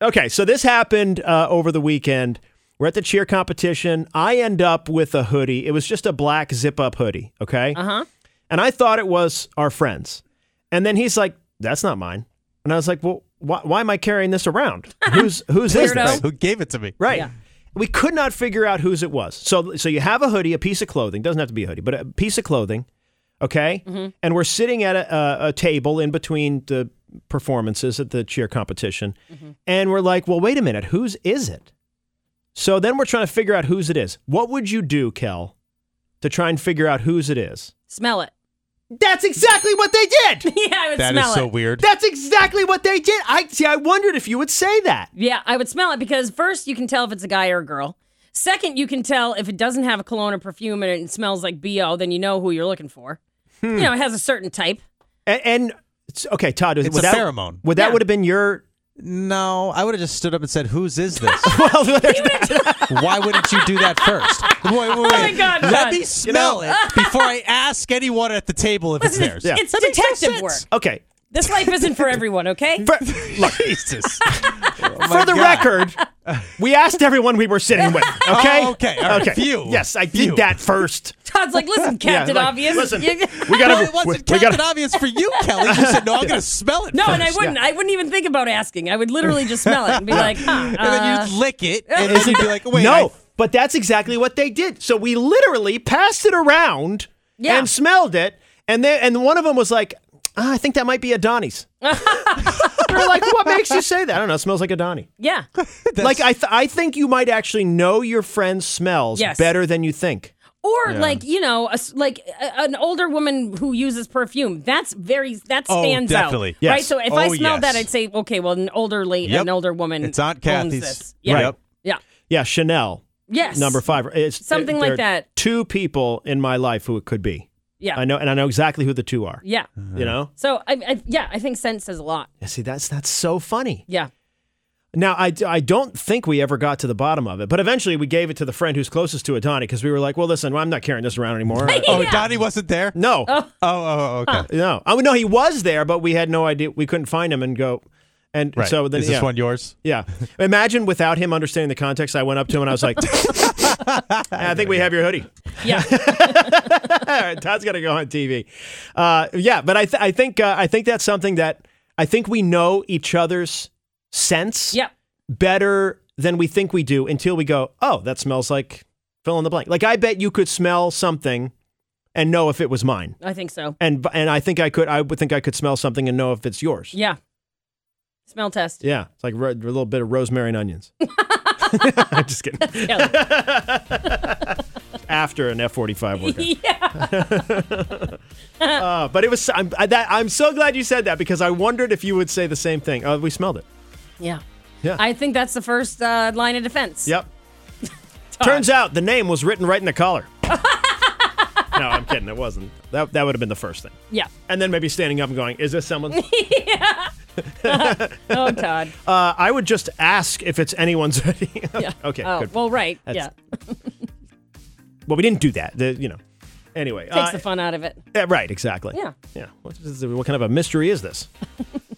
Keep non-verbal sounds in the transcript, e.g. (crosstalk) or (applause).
Okay, so this happened uh, over the weekend. We're at the cheer competition. I end up with a hoodie. It was just a black zip up hoodie, okay? Uh huh. And I thought it was our friend's. And then he's like, that's not mine. And I was like, well, wh- why am I carrying this around? Who's, whose is Weirdo. this? (laughs) Who gave it to me? Right. Yeah. We could not figure out whose it was. So so you have a hoodie, a piece of clothing, doesn't have to be a hoodie, but a piece of clothing, okay? And we're sitting at a, a, a table in between the performances at the cheer competition. And we're like, "Well, wait a minute, whose is it?" So then we're trying to figure out whose it is. What would you do, Kel, to try and figure out whose it is? Smell it. That's exactly what they did. (laughs) yeah, I would That smell is it. so weird. That's exactly what they did. I see I wondered if you would say that. Yeah, I would smell it because first you can tell if it's a guy or a girl. Second, you can tell if it doesn't have a cologne or perfume in it and smells like BO, then you know who you're looking for. Hmm. You know, it has a certain type. And, and it's- okay, Todd, It's a without- pheromone. Would that Yeah. would have been your No, I would have just stood up and said, "Whose is this?" well, there's Why wouldn't you do that (laughs) first? Oh Wait, wait, my wait. God, Let Todd. me smell it before I ask anyone at the table if Listen, it's (laughs) it's, theirs. it's detective work. that- okay. This life isn't for everyone, (laughs) okay? For, look, (laughs) Jesus. for the record, we asked everyone we were sitting with. Okay. (laughs) Oh, okay, all right, phew, Yes, I phew. did that first. Todd's like, listen, Captain like, Obvious. listen, you- We No, gotta. (laughs) it wasn't we, we Captain gotta. Obvious for you, Kelly. You said, no, I'm (laughs) going to smell it (laughs) no, first. and I wouldn't. I wouldn't even think about asking. I would literally just smell it and (laughs) be like, huh. And uh, then you'd lick it, and then you'd (laughs) be like, wait. no, but that's exactly what they did. So we literally passed it around Yeah. and smelled it, and they and one of them was like, ah, "I think that might be (laughs) Adani's." They're like, "What makes you say that?" I don't know. It smells like Adani. yeah. Like I, th- I think you might actually know your friend's smells Yes. better than you think. Or like you know, a s like a, an older woman who uses perfume. That's very that Oh, stands definitely. out, Yes. right? So if I Oh, smelled that, yes. I'd say, okay, well, an older lady, Yep. an older woman. It's Aunt owns Kathy's. this. Yeah. Yep. Yeah. Yeah, Chanel. Yes. number five. It's, Something like there are that. Two people in my life who it could be. Yeah. I know, and I know exactly who the two are. yeah. You know, So I, I yeah, I think scent says a lot. Yeah, see, that's that's so funny. Yeah. Now, I, I don't think we ever got to the bottom of it, but eventually we gave it to the friend who's closest to Adani because we were like, well, listen, I'm not carrying this around anymore. I- (laughs) Oh, Yeah. Donnie wasn't there? no, Oh, oh, oh, okay. no, I mean, no, he was there, but we had no idea. We couldn't find him and go, and Right. so then is this yeah. one yours? Yeah. Imagine without him understanding the context, I went up to him and I (laughs) was like, I think we have your hoodie. Yeah. All right, (laughs) Todd's got to go on TV. Uh, yeah, but I, th- I think uh, I think that's something that I think we know each other's sense yeah. better than we think we do until we go, oh, that smells like fill in the blank. Like I bet you could smell something and know if it was mine, I think so. and and I think I could I would think I could smell something and know if it's yours. Yeah. Smell test. Yeah, it's like ro- a little bit of rosemary and onions. (laughs) I'm just kidding. Yeah. After an F45 (laughs) workout. yeah. Uh, but it was I'm, I, that, I'm so glad you said that because I wondered if you would say the same thing. Oh, we smelled it. Yeah. Yeah. I think that's the first uh, line of defense. Yep. (laughs) Turns out the name was written right in the collar. no, I'm kidding. It wasn't. That that would have been the first thing. Yeah. And then maybe standing up and going, "Is this (laughs) someone?" uh, Oh, Todd. I would just ask if it's anyone's. (laughs) okay. Okay. oh, good. well, right. yeah. That's- Well, we didn't do that. The, you know. Anyway. Takes uh, the fun out of it. yeah, right. Exactly. Yeah. Yeah. What, is, what kind of a mystery is this?